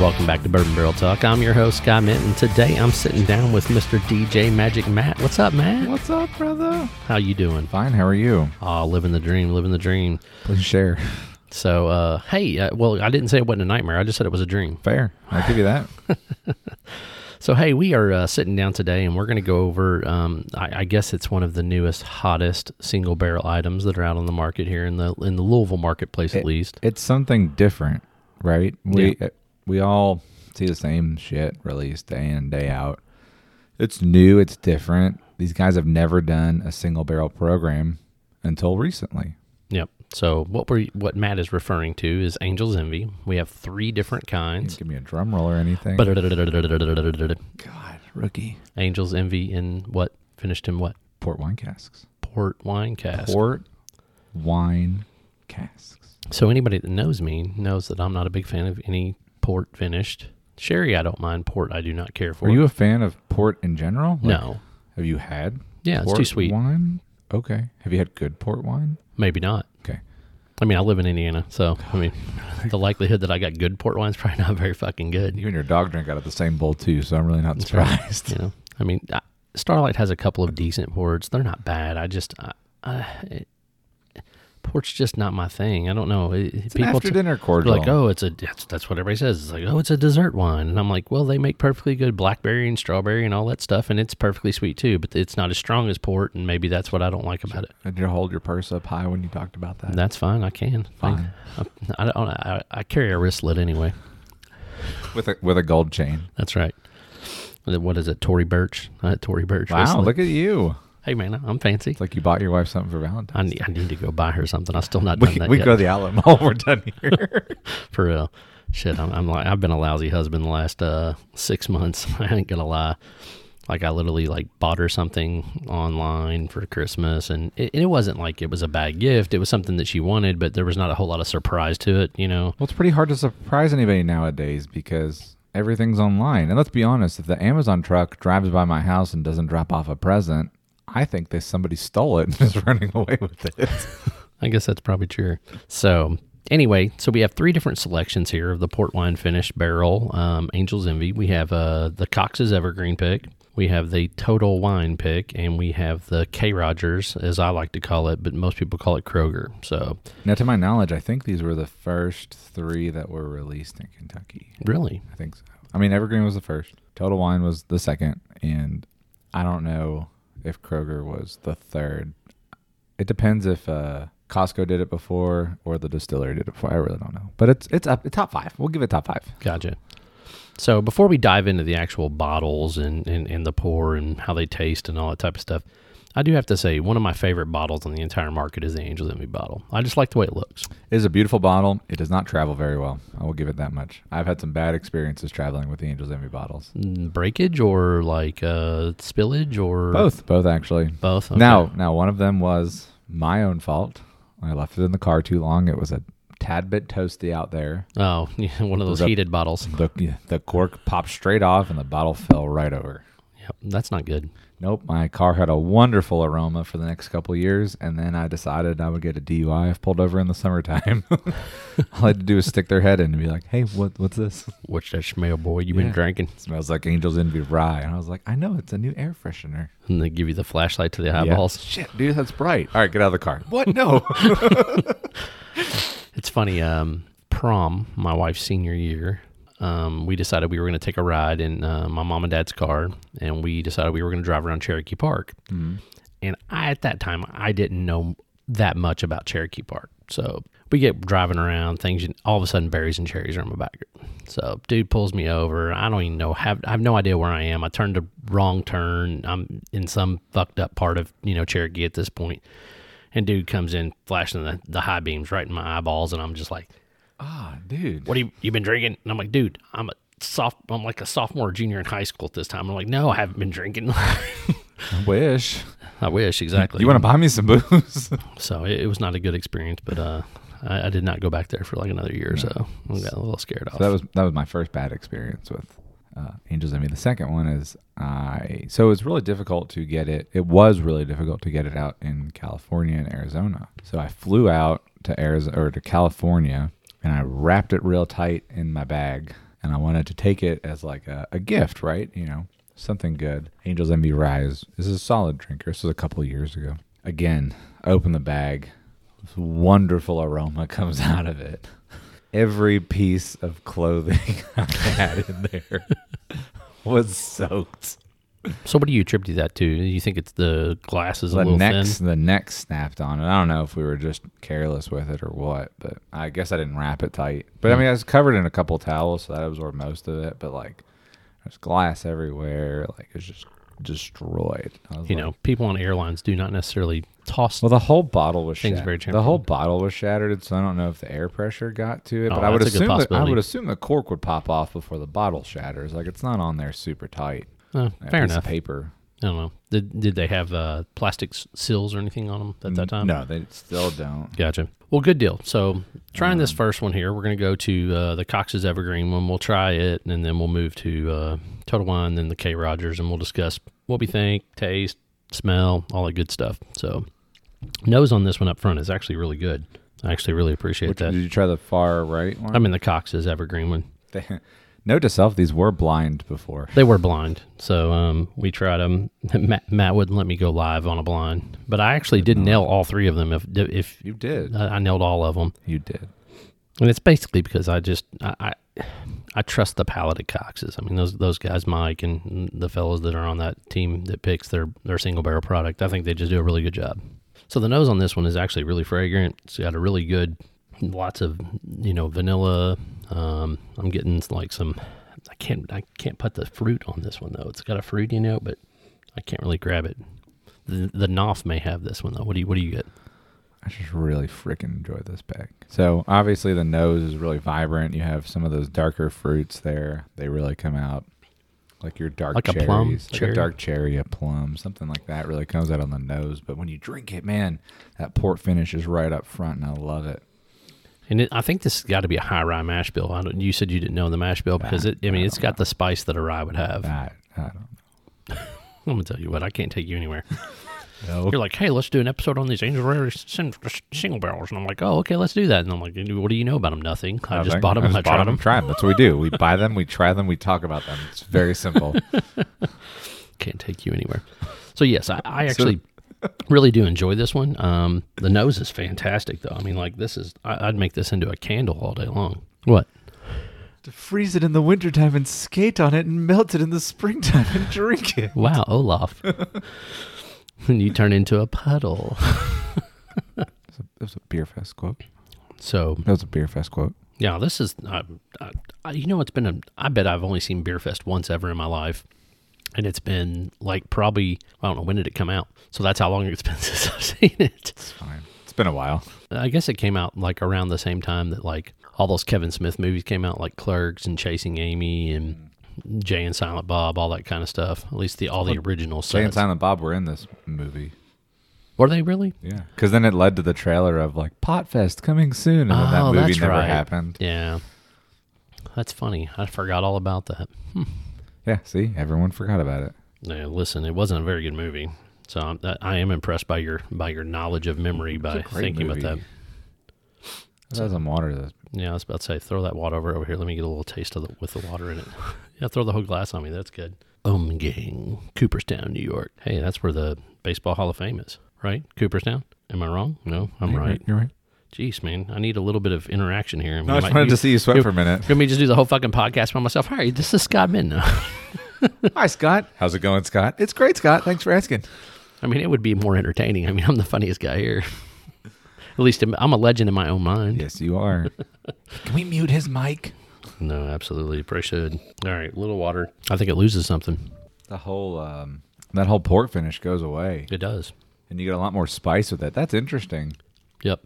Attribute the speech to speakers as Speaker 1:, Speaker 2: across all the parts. Speaker 1: Welcome back to Bourbon Barrel Talk. I'm your host, Scott Minton. Today I'm sitting down with Mr. DJ Magic Matt. What's up, Matt?
Speaker 2: What's up, brother?
Speaker 1: How you doing?
Speaker 2: Fine. How are you?
Speaker 1: Oh, living the dream, living the dream.
Speaker 2: Please share.
Speaker 1: So, uh, hey, uh, well, I didn't say it wasn't a nightmare. I just said it was a dream.
Speaker 2: Fair. I'll give you that.
Speaker 1: So, hey, we are uh, sitting down today and we're going to go over, um, I, I guess it's one of the newest, hottest single barrel items that are out on the market here in the in the Louisville marketplace, at least.
Speaker 2: It's something different, right? We we all see the same shit released day in day out. It's new. It's different. These guys have never done a single barrel program until recently.
Speaker 1: Yep. So, what we're, what Matt is referring to is Angel's Envy. We have three different kinds.
Speaker 2: Give me a drum roll or anything. God, rookie
Speaker 1: Angel's Envy in what? Finished in what?
Speaker 2: port wine casks.
Speaker 1: Port wine cask.
Speaker 2: Port wine casks.
Speaker 1: So anybody that knows me knows that I'm not a big fan of any port finished. Sherry, I don't mind. Port, I do not care for.
Speaker 2: Are you a fan of port in general? Like,
Speaker 1: no.
Speaker 2: Have you had?
Speaker 1: Yeah, it's too
Speaker 2: port
Speaker 1: sweet.
Speaker 2: Wine. Okay. Have you had good port wine?
Speaker 1: Maybe not.
Speaker 2: Okay.
Speaker 1: I mean, I live in Indiana, so I mean, the likelihood that I got good port wine is probably not very fucking good.
Speaker 2: You and your dog drank out of the same bowl too, so I'm really not surprised.
Speaker 1: You know, I mean, I, Starlight has a couple of decent ports. They're not bad. I just, I, I, it, port's just not my thing. I don't know. It-
Speaker 2: It's an after
Speaker 1: t-
Speaker 2: dinner
Speaker 1: They're
Speaker 2: cordial.
Speaker 1: like, oh, it's a that's, that's what everybody says. It's like, oh, it's a dessert wine, and I'm like, well, they make perfectly good blackberry and strawberry and all that stuff, and it's perfectly sweet too. But it's not as strong as port, and maybe that's what I don't like about it.
Speaker 2: Did you hold your purse up high when you talked about that?
Speaker 1: That's fine. I can.
Speaker 2: Fine.
Speaker 1: I, I don't. I, I carry a wristlet anyway.
Speaker 2: With a with a gold chain.
Speaker 1: That's right. What is it, Tory Birch? Uh, Tory Birch.
Speaker 2: Wow,
Speaker 1: wristlet.
Speaker 2: look at you.
Speaker 1: Hey man, I'm fancy.
Speaker 2: It's like you bought your wife something for
Speaker 1: I
Speaker 2: Valentine's.
Speaker 1: need, I need to go buy her something. I've still not done
Speaker 2: we
Speaker 1: that
Speaker 2: we
Speaker 1: yet.
Speaker 2: go to the outlet mall. We're done here.
Speaker 1: For real. Shit, I'm, I'm like I've been a lousy husband the last uh, six months. I ain't gonna lie. Like I literally like bought her something online for Christmas, and it, and it wasn't like it was a bad gift. It was something that she wanted, but there was not a whole lot of surprise to it. You know,
Speaker 2: well, it's pretty hard to surprise anybody nowadays because everything's online. And let's be honest, if the Amazon truck drives by my house and doesn't drop off a present, I think that somebody stole it and is running away with it.
Speaker 1: I guess that's probably true. So anyway, so we have three different selections here of the port wine finished barrel, um, Angel's Envy. We have uh, the Cox's Evergreen pick. We have the Total Wine pick, and we have the K Rogers, as I like to call it, but most people call it Kroger. So
Speaker 2: Now, to my knowledge, I think these were the first three that were released in Kentucky.
Speaker 1: really,
Speaker 2: I think so. I mean, Evergreen was the first, Total Wine was the second, and I don't know if Kroger was the third. It depends if uh, Costco did it before or the distillery did it before. I really don't know, but it's it's up it's top five. We'll give it top five.
Speaker 1: gotcha. So before we dive into the actual bottles and, and, and the pour and how they taste and all that type of stuff, I do have to say one of my favorite bottles on the entire market is the Angel's Envy bottle. I just like the way it looks.
Speaker 2: It is a beautiful bottle. It does not travel very well. I will give it that much. I've had some bad experiences traveling with the Angel's Envy bottles.
Speaker 1: Mm, breakage or like uh spillage or
Speaker 2: Both, both actually.
Speaker 1: both okay.
Speaker 2: Now, now one of them was my own fault. I left it in the car too long. It was a tad bit toasty out there.
Speaker 1: oh yeah, one of those
Speaker 2: The-
Speaker 1: heated bottles
Speaker 2: The the cork popped straight off, and the bottle fell right over.
Speaker 1: yep that's not good
Speaker 2: Nope, my car had a wonderful aroma for the next couple years, and then I decided I would get a DUI if pulled over in the summertime. All I had to do was stick their head in and be like, "Hey, what what's this?"
Speaker 1: what's that smell boy you've been
Speaker 2: Yeah.
Speaker 1: drinking
Speaker 2: smells like Angel's Envy rye, and I was like, "I know it's a new air freshener."
Speaker 1: and they give you the flashlight to the
Speaker 2: Yeah.
Speaker 1: eyeballs
Speaker 2: Shit, dude, that's bright. All right, get out of the car. What? No.
Speaker 1: it's funny um prom my wife's senior year um, we decided we were going to take a ride in uh, my mom and dad's car and we decided we were going to drive around cherokee park and I, at that time i didn't know that much about cherokee park so we get driving around things and all of a sudden berries and cherries are in my back so dude pulls me over i don't even know have i have no idea where i am i turned a wrong turn i'm in some fucked up part of you know cherokee at this point and dude comes in flashing the, the high beams right in my eyeballs and i'm just like
Speaker 2: Ah, dude.
Speaker 1: what have you you been drinking? And I'm like, dude, I'm a soft I'm like a sophomore or junior in high school at this time. I'm like, no, I haven't been drinking.
Speaker 2: I wish.
Speaker 1: I wish, exactly.
Speaker 2: You want to buy me some booze?
Speaker 1: so it, it was not a good experience, but uh I, I did not go back there for like another year or so. I got a little scared off.
Speaker 2: that was that was my first bad experience with uh, Angels Envy. The second one is I so it was really difficult to get it. It was really difficult to get it out in California and Arizona. So I flew out to Arizona or to California and I wrapped it real tight in my bag and I wanted to take it as like a, a gift, right? You know, something good. Angel's Envy Rise. This is a solid drinker. This was a couple of years ago. Again, I open the bag. This wonderful aroma comes out of it. Every piece of clothing I had in there was soaked.
Speaker 1: So what do you attribute that to? Do you think it's the glasses a
Speaker 2: the
Speaker 1: little
Speaker 2: neck,
Speaker 1: thin?
Speaker 2: the neck snapped on it. I don't know if we were just careless with it or what, but I guess I didn't wrap it tight. But I
Speaker 1: Hmm.
Speaker 2: mean, I was covered in a couple towels, so that absorbed most of it. But like, there's glass everywhere. Like it's just destroyed. I was
Speaker 1: You
Speaker 2: like-
Speaker 1: know, people on airlines do not necessarily toss.
Speaker 2: Well, the whole bottle was
Speaker 1: Things
Speaker 2: shattered.
Speaker 1: very
Speaker 2: the whole bottle was shattered, so I don't know if the air pressure got to it.
Speaker 1: Oh,
Speaker 2: but I would
Speaker 1: that's a good
Speaker 2: assume that, I
Speaker 1: possibility.
Speaker 2: would assume the cork would pop off before the bottle shatters. Like it's not on there super tight.
Speaker 1: Uh, fair
Speaker 2: That piece of
Speaker 1: enough. I
Speaker 2: Paper.
Speaker 1: don't know. Did, did they have uh, plastic s- seals or anything on them at that time?
Speaker 2: No, they still don't.
Speaker 1: Gotcha. Well, good deal. So, trying this first one here, we're going to go to uh, the Cox's Evergreen one. We'll try it, and then we'll move to uh, Total Wine, then the K Rogers, and we'll discuss what we think, taste, smell, all that good stuff. So, nose on this one up front is actually really good. I actually really appreciate
Speaker 2: Which,
Speaker 1: that. Um,
Speaker 2: did you try the far right one?
Speaker 1: I'm in the Cox's Evergreen one.
Speaker 2: They, note to self: these were blind before.
Speaker 1: They were blind, so um, we tried them. Matt, Matt wouldn't let me go live on a blind, but I actually did nail all three of them. If if
Speaker 2: You did.
Speaker 1: I I nailed all of them.
Speaker 2: You did.
Speaker 1: And it's basically because I just I I, I trust the palate of Cox's. I mean those those guys, Mike and the fellows that are on that team that picks their their single barrel product. I think they just do a really good job. So the nose on this one is actually really fragrant. It's got a really good, lots of you know vanilla. Um, I'm getting like some. I can't I can't put the fruit on this one though. It's got a fruity note, but I can't really grab it. The, the Knopf may have this one though. What do you what do you get?
Speaker 2: I just really freaking enjoy this bag. So obviously the nose is really vibrant. You have some of those darker fruits there. They really come out. Like your dark
Speaker 1: Like a
Speaker 2: cherries,
Speaker 1: plum
Speaker 2: like
Speaker 1: cherry?
Speaker 2: a dark cherry, a plum, something like that really comes out on the nose. But when you drink it, man, that port finish is right up front, and I love it.
Speaker 1: And it, I think this has got to be a high rye mash bill. I don't, you said you didn't know the mash bill because it. I mean, it's got the spice that a rye would have. I'm
Speaker 2: I, I don't
Speaker 1: gonna tell you what. I can't take you anywhere.
Speaker 2: know.
Speaker 1: You're like, hey, let's do an episode on these Angel Rare sin- single barrels, and I'm like, oh, okay, let's do that. And I'm like, what do you know about them? Nothing. I, just
Speaker 2: Nothing.
Speaker 1: bought them. I,
Speaker 2: just
Speaker 1: tried
Speaker 2: bought 'em,
Speaker 1: them.
Speaker 2: tried 'em. That's what we do. We buy them, we try them, we talk about them. It's very simple.
Speaker 1: Can't take you anywhere. So yes, I, I actually really do enjoy this one. Um, the nose is fantastic, though. I mean, like this is. I, I'd make this into a candle all day long. What?
Speaker 2: to freeze it in the wintertime and skate on it and melt it in the springtime and drink it.
Speaker 1: Wow, Olaf. and you turn into a puddle.
Speaker 2: That was a beer fest quote.
Speaker 1: So
Speaker 2: That was a beer fest quote.
Speaker 1: Yeah, this is. I, I, I, you know, it's been a. I bet I've only seen Beer Fest once ever in my life, and it's been like probably I don't know when did it come out. So that's how long it's been since I've seen it.
Speaker 2: It's fine. It's been a while.
Speaker 1: I guess it came out like around the same time that like all those Kevin Smith movies came out, like Clerks and Chasing Amy and
Speaker 2: Mm.
Speaker 1: Jay and Silent Bob, all that kind of stuff. At least the all the original
Speaker 2: Jay and
Speaker 1: sets.
Speaker 2: Silent Bob were in this movie.
Speaker 1: Were they really?
Speaker 2: Yeah. Because then it led to the trailer of like Potfest coming soon, and then
Speaker 1: Oh,
Speaker 2: that movie
Speaker 1: that's
Speaker 2: never
Speaker 1: right.
Speaker 2: happened.
Speaker 1: Yeah, that's funny. I forgot all about that.
Speaker 2: Yeah. See, everyone forgot about it.
Speaker 1: Yeah, Uh, listen, it wasn't a very good movie, so I'm, I- I am impressed by your by your knowledge of memory by
Speaker 2: great
Speaker 1: thinking about that.
Speaker 2: movie. That was some water. That
Speaker 1: Yeah, I was about to say, throw that water over over here. Let me get a little taste of the with the water in it. yeah, throw the whole glass on me. That's good. Um, gang, Cooperstown, New York. Hey, that's where the baseball Hall of Fame is, right? Cooperstown. Am I wrong? No, I'm right.
Speaker 2: You're right.
Speaker 1: Jeez, man, I need a little bit of interaction here.
Speaker 2: No, I just wanted to see you sweat for a minute.
Speaker 1: Let me just do the whole fucking podcast by myself. Hi, this is Scott Minna.
Speaker 2: Hi, Scott. How's it going, Scott? It's great, Scott. Thanks for asking.
Speaker 1: I mean, it would be more entertaining. I mean, I'm the funniest guy here. At least I'm, I'm a legend in my own mind.
Speaker 2: Yes, you are. Can we mute his mic?
Speaker 1: No, absolutely. Probably should. All right, little water. I think it loses something.
Speaker 2: The whole um, that whole port finish goes away,
Speaker 1: It does.
Speaker 2: and you get a lot more spice with it. That's interesting.
Speaker 1: Yep.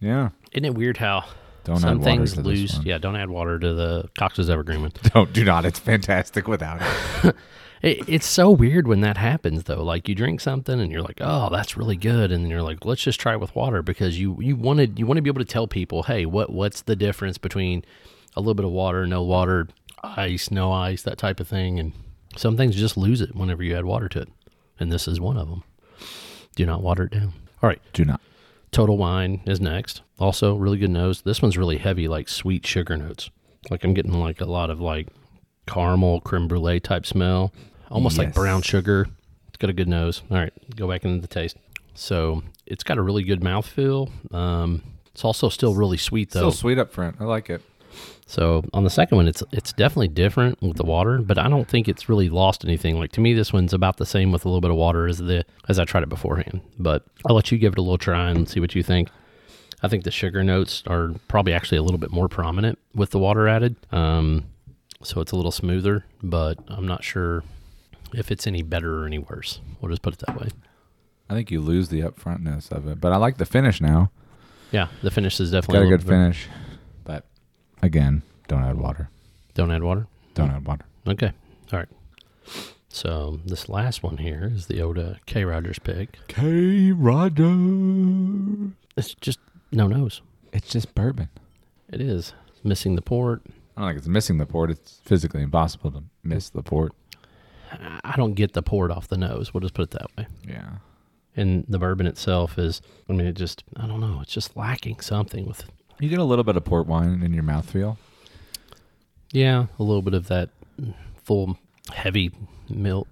Speaker 2: Yeah.
Speaker 1: Isn't it weird how
Speaker 2: Don't add
Speaker 1: some
Speaker 2: water
Speaker 1: things
Speaker 2: to this
Speaker 1: lose?
Speaker 2: one.
Speaker 1: Yeah, don't add water to the Cox's Evergreen one.
Speaker 2: Don't do not. It's fantastic without it.
Speaker 1: It, it's so weird when that happens, though. Like you drink something and you're like, "Oh, that's really good," and then you're like, "Let's just try it with water," because you you wanted you want to be able to tell people, "Hey, what what's the difference between a little bit of water, no water, ice, no ice, that type of thing?" And some things just lose it whenever you add water to it, and this is one of them. Do not water it down. All right,
Speaker 2: Do not.
Speaker 1: Total Wine is next. Also, really good nose. This one's really heavy, like sweet sugar notes. Like I'm getting like a lot of like caramel creme brulee type smell, almost like
Speaker 2: Yes.
Speaker 1: brown sugar. It's got a good nose. All right, go back into the taste. So it's got a really good mouthfeel. Um, it's also still really sweet though.
Speaker 2: Still sweet up front. I like it.
Speaker 1: So on the second one, it's it's definitely different with the water, but I don't think it's really lost anything. Like to me, this one's about the same with a little bit of water as the as I tried it beforehand. But I'll let you give it a little try and see what you think. I think the sugar notes are probably actually a little bit more prominent with the water added, um, so it's a little smoother. But I'm not sure if it's any better or any worse. We'll just put it that way.
Speaker 2: I think you lose the upfrontness of it, but I like the finish now.
Speaker 1: Yeah, the finish is
Speaker 2: Got
Speaker 1: definitely
Speaker 2: a
Speaker 1: a
Speaker 2: good
Speaker 1: little bit-
Speaker 2: finish, but again, don't add water.
Speaker 1: Don't add water.
Speaker 2: Don't add water.
Speaker 1: Okay. All right. So this last one here is the Oda K Rogers pick.
Speaker 2: K Roger.
Speaker 1: It's just no nose.
Speaker 2: It's just bourbon.
Speaker 1: It is missing the port.
Speaker 2: I don't think it's missing the port. It's physically impossible to miss the port.
Speaker 1: I I don't get the port off the nose. We'll just put it that way.
Speaker 2: Yeah.
Speaker 1: And the bourbon itself is, I mean, it just, I don't know. It's just lacking something with,
Speaker 2: You get a little bit of port wine in your mouthfeel.
Speaker 1: yeah, a little bit of that full, heavy milk.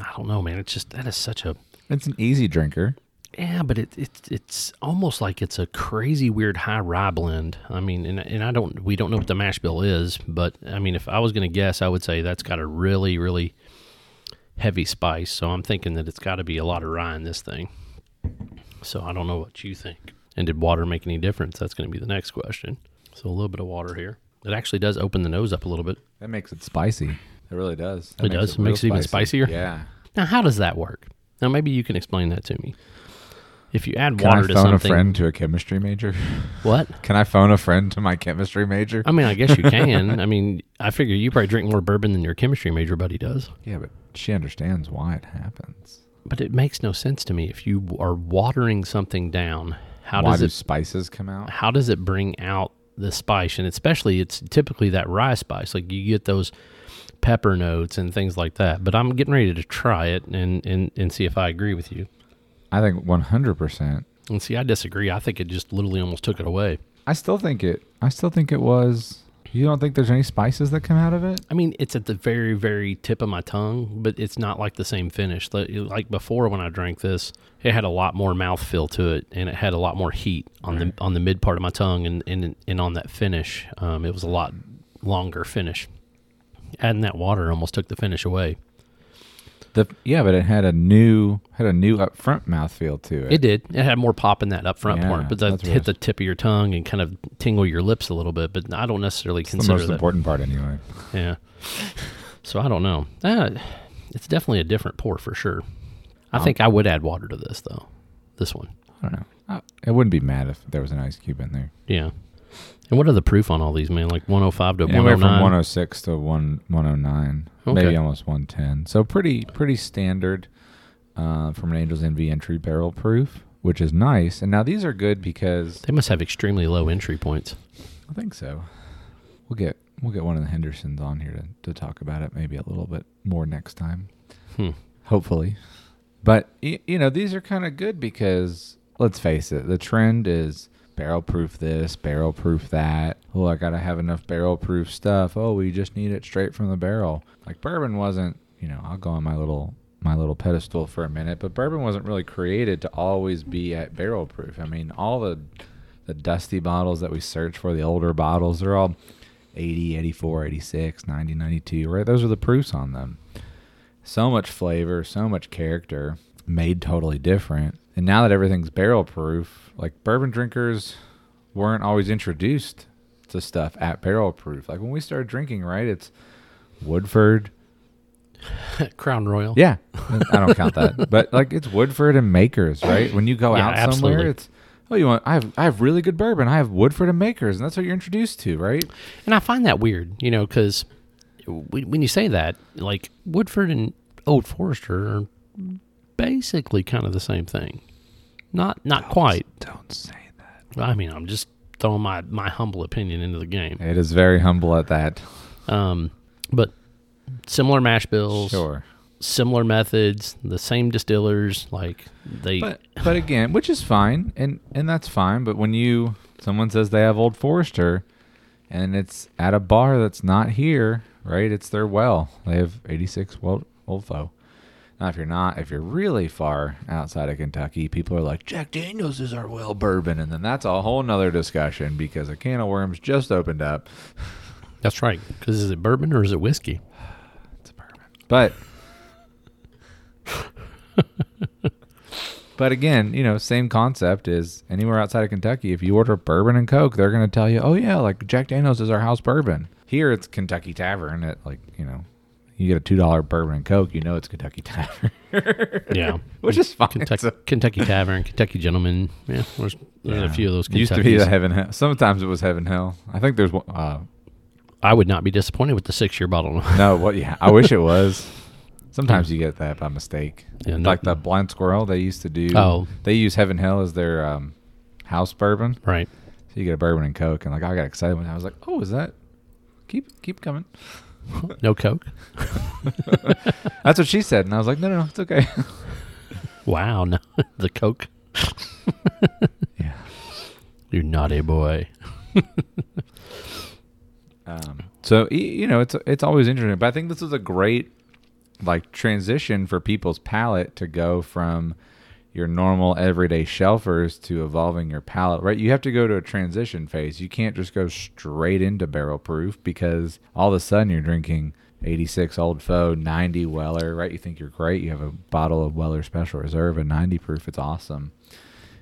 Speaker 1: I don't know, man. It's just, that is such a,
Speaker 2: It's an easy drinker.
Speaker 1: Yeah, but it, it it's almost like it's a crazy weird high rye blend. I mean, and, and I don't we don't know what the mash bill is, but I mean, if I was going to guess, I would say that's got a really really heavy spice. So I'm thinking that it's got to be a lot of rye in this thing. So I don't know what you think. And did water make any difference? That's going to be the next question. So a little bit of water here. It actually does open the nose up a little bit.
Speaker 2: That makes it spicy. It really does. That
Speaker 1: It does.
Speaker 2: real
Speaker 1: Makes it even spicier?
Speaker 2: Yeah.
Speaker 1: Now, how does that work? Now, maybe you can explain that to me. If you add
Speaker 2: Can
Speaker 1: water
Speaker 2: I
Speaker 1: to
Speaker 2: phone
Speaker 1: something,
Speaker 2: a friend to a chemistry major?
Speaker 1: what?
Speaker 2: Can I phone a friend to my chemistry major?
Speaker 1: I mean, I guess you can. I mean, I figure you probably drink more bourbon than your chemistry major buddy does.
Speaker 2: yeah, but she understands why it happens.
Speaker 1: But it makes no sense to me if you are watering something down. How
Speaker 2: why
Speaker 1: does
Speaker 2: do
Speaker 1: it?
Speaker 2: spices come out?
Speaker 1: How does it bring out the spice? And especially, it's typically that rye spice. Like you get those pepper notes and things like that. But I'm getting ready to try it and and and see if I agree with you.
Speaker 2: I think 100%.
Speaker 1: And see, I disagree. I think it just literally almost took it away.
Speaker 2: I still think it. I still think it was. You don't think there's any spices that come out of it?
Speaker 1: I mean, it's at the very, very tip of my tongue, but it's not like the same finish. Like- Like before, when I drank this, it had a lot more mouthfeel to it, and it had a lot more heat on the on the mid part of my tongue, and and, and on that finish, um, it was a lot longer finish. Adding that water almost took the finish away.
Speaker 2: The yeah, but it had a new had a new upfront mouthfeel to it.
Speaker 1: It did. It had more pop in that up front
Speaker 2: Yeah,
Speaker 1: part, but that
Speaker 2: that's
Speaker 1: hit
Speaker 2: what-
Speaker 1: the tip of your tongue and kind of tingle your lips a little bit. But I don't necessarily
Speaker 2: it's the
Speaker 1: consider
Speaker 2: most
Speaker 1: that
Speaker 2: important part anyway.
Speaker 1: Yeah. So I don't know. Uh, it's definitely a different pour for sure. I think I would add water to this though. This one.
Speaker 2: I don't know. I, I wouldn't be mad if there was an ice cube in there.
Speaker 1: Yeah. And what are the proof on all these, man? Like 105 to
Speaker 2: Anywhere from
Speaker 1: 109.
Speaker 2: 106 to 1, 109,
Speaker 1: Okay.
Speaker 2: maybe almost 110. So pretty pretty standard uh, from an Angel's Envy entry barrel proof, which is nice. And now these are good because
Speaker 1: They must have extremely low entry points.
Speaker 2: I think so. We'll get we'll get one of the Hendersons on here to, to talk about it maybe a little bit more next time.
Speaker 1: Hmm.
Speaker 2: hopefully. But y- you know, these are kind of good because let's face it, the trend is barrel proof this, barrel proof that. Oh, I got to have enough barrel proof stuff. Oh, we just need it straight from the barrel. Like bourbon wasn't, you know, I'll go on my little my little pedestal for a minute, but bourbon wasn't really created to always be at barrel proof. I mean, all the the dusty bottles that we search for, the older bottles, they're all 80, 84, 86, 90, 92, right? Those are the proofs on them so much flavor, so much character, made totally different. And now that everything's barrel proof, like bourbon drinkers weren't always introduced to stuff at barrel proof. Like when we started drinking, right? It's Woodford.
Speaker 1: Crown Royal.
Speaker 2: Yeah. I don't count that. But like it's Woodford and Makers, right? When you go
Speaker 1: Yeah,
Speaker 2: out
Speaker 1: absolutely.
Speaker 2: somewhere, it's oh you want I have I have really good bourbon. I have Woodford and Makers, and that's what you're introduced to, right?
Speaker 1: And I find that weird, you know, because when you say that, like Woodford and Old Forester are basically kind of the same thing. Not not quite.
Speaker 2: Don't say that.
Speaker 1: I mean, I'm just throwing my, my humble opinion into the game.
Speaker 2: It is very humble at that.
Speaker 1: Um, but similar mash bills,
Speaker 2: Sure.
Speaker 1: similar methods, the same distillers. Like they,
Speaker 2: But but again, which is fine, and and that's fine. But when you someone says they have Old Forester, and it's at a bar that's not here, right? It's their well. They have 86 well Olfo. Now, if you're not, if you're really far outside of Kentucky, people are like, Jack Daniels is our well bourbon. And then that's a whole nother discussion because a can of worms just opened up.
Speaker 1: That's right. Because is it bourbon or is it whiskey?
Speaker 2: It's a bourbon. But but again, you know, same concept is anywhere outside of Kentucky, if you order bourbon and coke, they're gonna tell you, Oh yeah, like Jack Daniels is our house bourbon. Here it's Kentucky Tavern at like, you know, you get a two dollar bourbon and coke, you know it's Kentucky Tavern.
Speaker 1: Yeah.
Speaker 2: Which is fine.
Speaker 1: Kentucky,
Speaker 2: So-
Speaker 1: Kentucky Tavern, Kentucky Gentleman. Yeah, there's, there's a few of those.
Speaker 2: It used to be
Speaker 1: Kentuckys.
Speaker 2: the heaven hell. Sometimes it was heaven hell. I think there's one uh
Speaker 1: I would not be disappointed with the six year bottle.
Speaker 2: no, what yeah, I wish it was. Sometimes you get that by mistake.
Speaker 1: Yeah, no-
Speaker 2: like the blind squirrel they used to do
Speaker 1: Oh.
Speaker 2: they use heaven hell as their um, house bourbon.
Speaker 1: right.
Speaker 2: So you get a bourbon and coke, and like I got excited when I was like, "Oh, is that?" Keep keep coming.
Speaker 1: No Coke.
Speaker 2: That's what she said, and I was like, "No, no, no it's okay."
Speaker 1: Wow. No, the Coke.
Speaker 2: yeah.
Speaker 1: You naughty boy.
Speaker 2: Um, so y- you know, it's it's always interesting, but I think this is a great like transition for people's palate to go from your normal everyday shelfers to evolving your palate. Right, you have to go to a transition phase. You can't just go straight into barrel proof because all of a sudden you're drinking. 86 Old Foe, 90 Weller, right? You think you're great. You have a bottle of Weller Special Reserve, a 90 proof. It's awesome.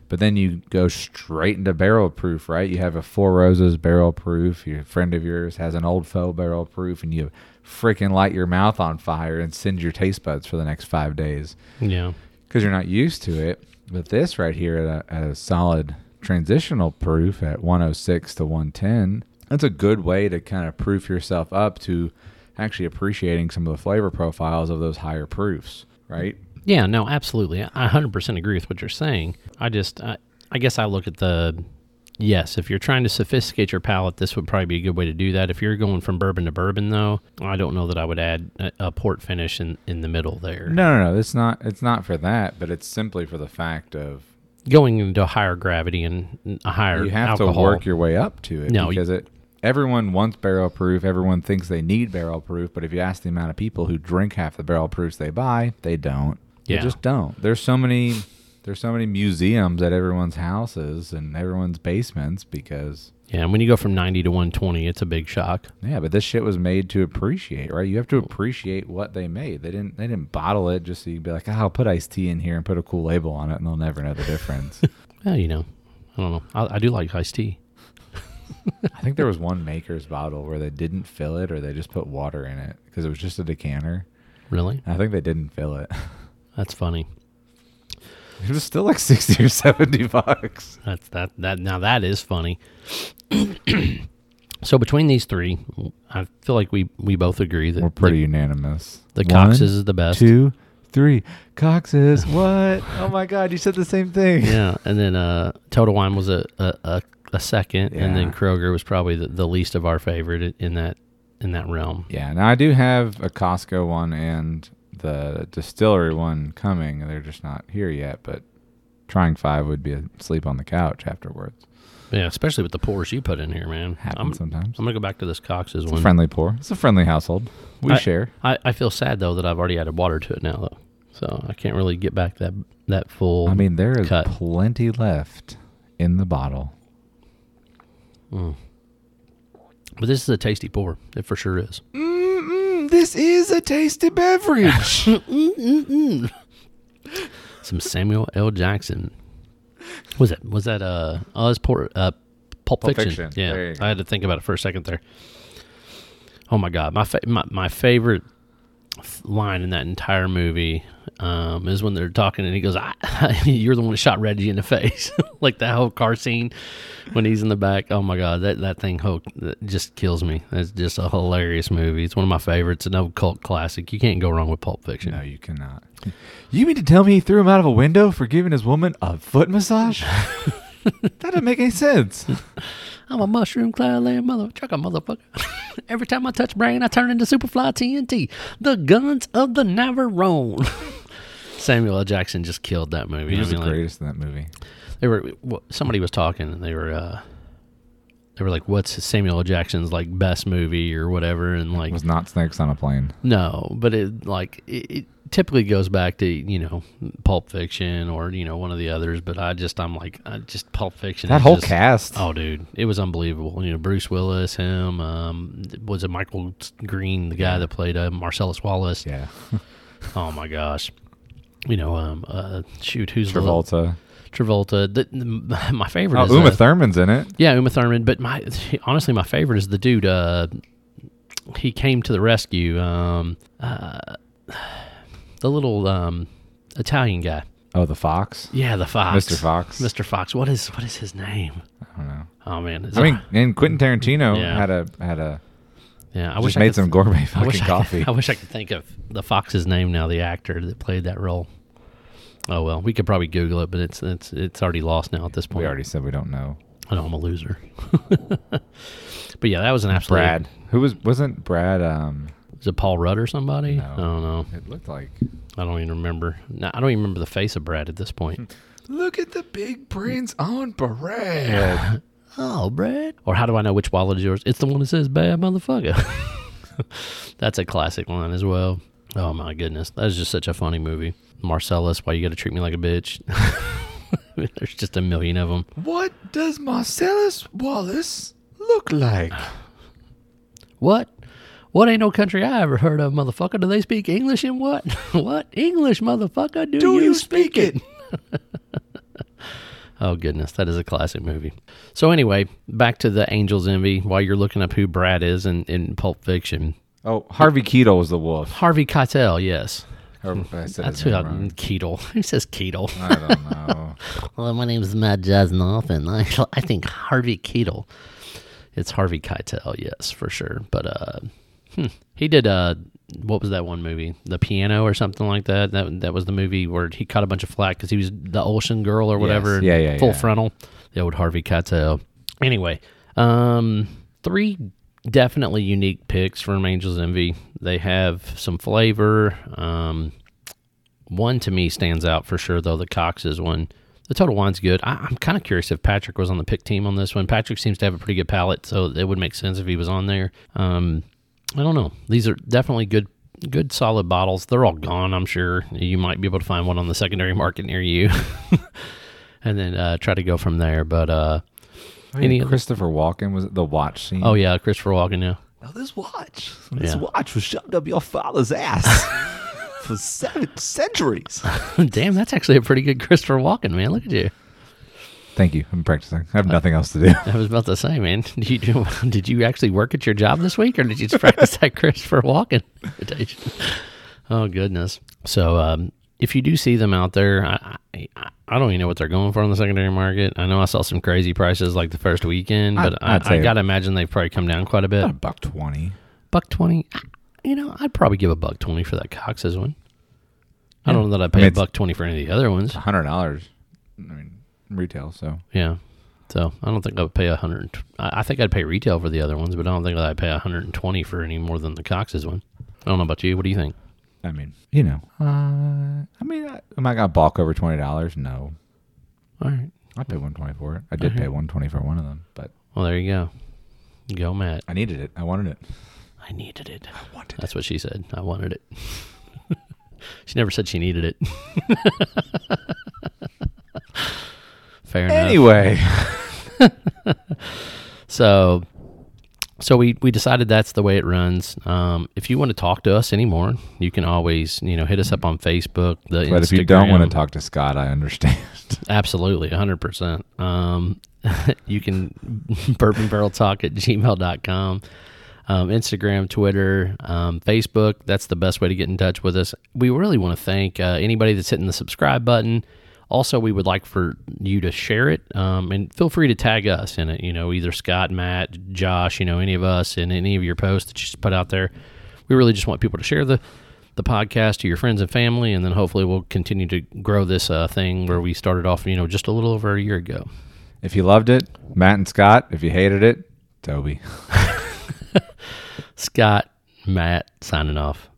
Speaker 2: But then you go straight into barrel proof, right? You have a Four Roses barrel proof. Your friend of yours has an Old Foe barrel proof, and you freaking light your mouth on fire and send your taste buds for the next five days
Speaker 1: Yeah.
Speaker 2: because you're not used to it. But this right here at a, at a solid transitional proof at 106 to 110, that's a good way to kind of proof yourself up to actually appreciating some of the flavor profiles of those higher proofs, right?
Speaker 1: Yeah, no, absolutely. I- I 100% agree with what you're saying. I just, I, I guess I look at the, yes, if you're trying to sophisticate your palate, this would probably be a good way to do that. If you're going from bourbon to bourbon, though, I don't know that I would add a, a port finish in, in the middle there.
Speaker 2: No, no, no. It's not. It's not for that, but it's simply for the fact of
Speaker 1: Going into higher gravity and a higher
Speaker 2: you have
Speaker 1: alcohol.
Speaker 2: to work your way up to it
Speaker 1: No, you-
Speaker 2: because it everyone wants barrel proof everyone thinks they need barrel proof but if you ask the amount of people who drink half the barrel proofs they buy they don't
Speaker 1: Yeah.
Speaker 2: they just don't there's so many there's so many museums at everyone's houses and everyone's basements because
Speaker 1: yeah, and when you go from 90 to 120, it's a big shock.
Speaker 2: yeah but this shit was made to appreciate right you have to appreciate what they made they didn't they didn't bottle it just so you can be like oh, i'll put iced tea in here and put a cool label on it and they'll never know the difference
Speaker 1: Well, you know, I don't know. I, I do like iced tea.
Speaker 2: I think there was one maker's bottle where they didn't fill it or they just put water in it because it was just a decanter.
Speaker 1: Really?
Speaker 2: And I think they didn't fill it.
Speaker 1: That's funny.
Speaker 2: It was still like 60 or 70 bucks.
Speaker 1: That's that that now that is funny. so between these three, I feel like we we both agree that
Speaker 2: We're pretty unanimous.
Speaker 1: the, the
Speaker 2: One,
Speaker 1: Cox's is the best.
Speaker 2: Two, three. Cox's. What? Oh my God. You said the same thing.
Speaker 1: Yeah, and then uh Total Wine was a a, a, a second, and then
Speaker 2: Yeah.
Speaker 1: Kroger was probably the, the least of our favorite i- in that in that realm.
Speaker 2: Yeah. Now I do have a Costco one and the distillery one coming. They're just not here yet, but trying five would be asleep on the couch afterwards.
Speaker 1: Yeah, especially with the pours you put in here, man. I'm,
Speaker 2: Happens sometimes.
Speaker 1: I'm gonna go back to this Cox's
Speaker 2: It's a
Speaker 1: one.
Speaker 2: friendly pour. It's a friendly household. We
Speaker 1: I-
Speaker 2: share.
Speaker 1: I, I feel sad though that I've already added water to it now though, so I can't really get back that that full.
Speaker 2: I mean, there is
Speaker 1: cut.
Speaker 2: plenty left in the bottle.
Speaker 1: Mm. but this is a tasty pour. It for sure is.
Speaker 2: Mm-mm, this is a tasty beverage.
Speaker 1: some Samuel L. Jackson. Was it? Was that uh? Oh, it's por- uh, Pulp,
Speaker 2: Pulp
Speaker 1: Fiction.
Speaker 2: Fiction. There
Speaker 1: Yeah,
Speaker 2: you go.
Speaker 1: I had to think about it for a second there. Oh my God, my fa- my, my favorite f- line in that entire movie um, is when they're talking and he goes, I, "You're the one that shot Reggie in the face," like that whole car scene when he's in the back. Oh my God, that that thing hook that just kills me. It's just a hilarious movie. It's one of my favorites. An old cult classic. You can't go wrong with Pulp Fiction.
Speaker 2: no, you cannot. You mean to tell me he threw him out of a window for giving his woman a foot massage? that doesn't make any sense.
Speaker 1: I'm a mushroom cloud laying mother trucker motherfucker. Every time I touch brain, I turn into Superfly TNT. The guns of the Navarone. Samuel L. Jackson just killed that movie.
Speaker 2: He
Speaker 1: I
Speaker 2: was the
Speaker 1: mean, like,
Speaker 2: greatest in that movie.
Speaker 1: they were wh- somebody was talking and they were uh, they were like, "What's Samuel L. Jackson's like best movie or whatever?" And like,
Speaker 2: It was not Snakes on a Plane.
Speaker 1: no, but it like it, it typically goes back to you know Pulp Fiction or you know one of the others. But I just I'm like I just Pulp Fiction.
Speaker 2: That
Speaker 1: is
Speaker 2: whole
Speaker 1: just-
Speaker 2: cast.
Speaker 1: Oh, dude, it was unbelievable. You know, Bruce Willis, him, um, was it Michael Green, the guy that played uh, Marcellus Wallace?
Speaker 2: Yeah.
Speaker 1: Oh my gosh, you know, um, uh, shoot, who's the-
Speaker 2: Travolta.
Speaker 1: Travolta. The, the- my favorite. is,
Speaker 2: Oh, Uma
Speaker 1: uh,
Speaker 2: Thurman's in it.
Speaker 1: yeah, Uma Thurman. But my honestly, my favorite is the dude. Uh, he came to the rescue. Um, uh, the little um, Italian guy.
Speaker 2: Oh, the Fox.
Speaker 1: Yeah, the fox.
Speaker 2: Mr. Fox.
Speaker 1: Mr. Fox. What is what is his name?
Speaker 2: I don't know.
Speaker 1: Oh man. Is that-
Speaker 2: I mean, and Quentin Tarantino
Speaker 1: Yeah.
Speaker 2: had a had a
Speaker 1: yeah. I
Speaker 2: just
Speaker 1: wish I
Speaker 2: made
Speaker 1: could-
Speaker 2: some gourmet
Speaker 1: I wish
Speaker 2: fucking
Speaker 1: I could-
Speaker 2: coffee.
Speaker 1: I wish I could think of the fox's name now. The actor that played that role. Oh well, we could probably Google it, but it's it's it's already lost now at this point.
Speaker 2: we already said we don't know.
Speaker 1: I know I'm a loser. but yeah, that was an absolute.
Speaker 2: Brad, who was wasn't Brad? Um,
Speaker 1: Is it Paul Rudd or somebody?
Speaker 2: No.
Speaker 1: I don't know.
Speaker 2: it looked like.
Speaker 1: I don't even remember. No, I don't even remember the face of Brad at this point.
Speaker 2: Look at the big brains on Brad.
Speaker 1: oh, Brad. Or how do I know which wallet is yours? It's the one that says bad motherfucker. That's a classic line as well. Oh my goodness. That was just such a funny movie. Marcellus, why you got to treat me like a bitch? There's just a million of them.
Speaker 2: what does Marcellus Wallace look like?
Speaker 1: What? What ain't no country I ever heard of, motherfucker? Do they speak English in what? what English, motherfucker? Do, you speak it? Oh goodness, that is a classic movie. So anyway, back to the Angel's Envy. While you're looking up who Brad is in, in Pulp Fiction,
Speaker 2: Oh, Harvey Keitel was the wolf.
Speaker 1: Harvey Keitel, yes,
Speaker 2: Or, I said
Speaker 1: that's
Speaker 2: his
Speaker 1: who
Speaker 2: name
Speaker 1: I,
Speaker 2: wrong.
Speaker 1: Keitel. Who says Keitel?
Speaker 2: I don't know.
Speaker 1: Well, my name is Matt Jasnoff, and I, I think Harvey Keitel. It's Harvey Keitel, yes, for sure. But uh, hmm, he did uh, what was that one movie? The Piano or something like that. That that was the movie where he caught a bunch of flack because he was the Olsen girl or whatever.
Speaker 2: Yeah, yeah,
Speaker 1: Full
Speaker 2: yeah.
Speaker 1: frontal. The old Harvey Keitel. Anyway, um, three definitely unique picks from Angels Envy. They have some flavor. Um, one to me stands out for sure, though the Cox's one. The total wine's good. I, I'm kind of curious if Patrick was on the pick team on this one. Patrick seems to have a pretty good palate, so it would make sense if he was on there. Um, I don't know. These are definitely good, good solid bottles. They're all gone, I'm sure. You might be able to find one on the secondary market near you, and then uh, try to go from there. But uh, Any
Speaker 2: Any
Speaker 1: other-
Speaker 2: Christopher Walken was it the watch scene?
Speaker 1: oh yeah, Christopher Walken. Yeah,
Speaker 3: Now this watch, this
Speaker 1: Yeah.
Speaker 3: watch was shoved up your father's ass for seven centuries.
Speaker 1: damn, that's actually a pretty good Christopher Walken, man. Look at you.
Speaker 2: Thank you. I'm practicing. I have nothing else to do.
Speaker 1: I was about to say, man, did you, do, did you actually work at your job this week, or did you just practice that Christopher Walken imitation? Oh goodness! So um, if you do see them out there, I, I I don't even know what they're going for on the secondary market. I know I saw some crazy prices like the first weekend, but I,
Speaker 2: I'd
Speaker 1: I,
Speaker 2: say-
Speaker 1: gotta imagine they've probably come down quite a bit.
Speaker 2: a buck twenty.
Speaker 1: buck twenty, I- you know, I'd probably give a buck twenty for that Cox's one. I don't know that I pay
Speaker 2: mean,
Speaker 1: a
Speaker 2: it's-
Speaker 1: buck twenty for any of the other ones.
Speaker 2: hundred dollars. I mean, retail. So
Speaker 1: Yeah. So I don't think I would pay a hundred. I I think I'd pay retail for the other ones, but I don't think I'd pay a hundred and twenty for any more than the Cox's one. I don't know about you. What do you think?
Speaker 2: I mean, you know. Uh, I mean, I, am I gonna balk over twenty dollars? No,
Speaker 1: All right.
Speaker 2: I paid one twenty for it. I did pay one twenty for one of them, but
Speaker 1: Well, there you go. Go, Matt.
Speaker 2: I needed it. I wanted it.
Speaker 1: I needed it.
Speaker 3: Wanted
Speaker 1: That's what she said. I wanted it. she never said she needed it. Fair enough.
Speaker 2: Anyway,
Speaker 1: So, so we we decided that's the way it runs. Um, if you want to talk to us anymore, you can always you know hit us up on Facebook. The
Speaker 2: but if you don't want
Speaker 1: Instagram.
Speaker 2: to talk to Scott, I understand.
Speaker 1: Absolutely, 100%. Um, you can bourbon barrel talk at gmail.com, um, Instagram, Twitter, um, Facebook. That's the best way to get in touch with us. We really want to thank uh, anybody that's hitting the subscribe button. Also, we would like for you to share it um, and feel free to tag us in it. You know, either Scott, Matt, Josh, you know, any of us in any of your posts that you put out there. We really just want people to share the the podcast to your friends and family, and then hopefully we'll continue to grow this uh, thing where we started off, you know, just a little over a year ago.
Speaker 2: if you loved it, Matt and Scott. If you hated it, Toby.
Speaker 1: Scott, Matt, signing off.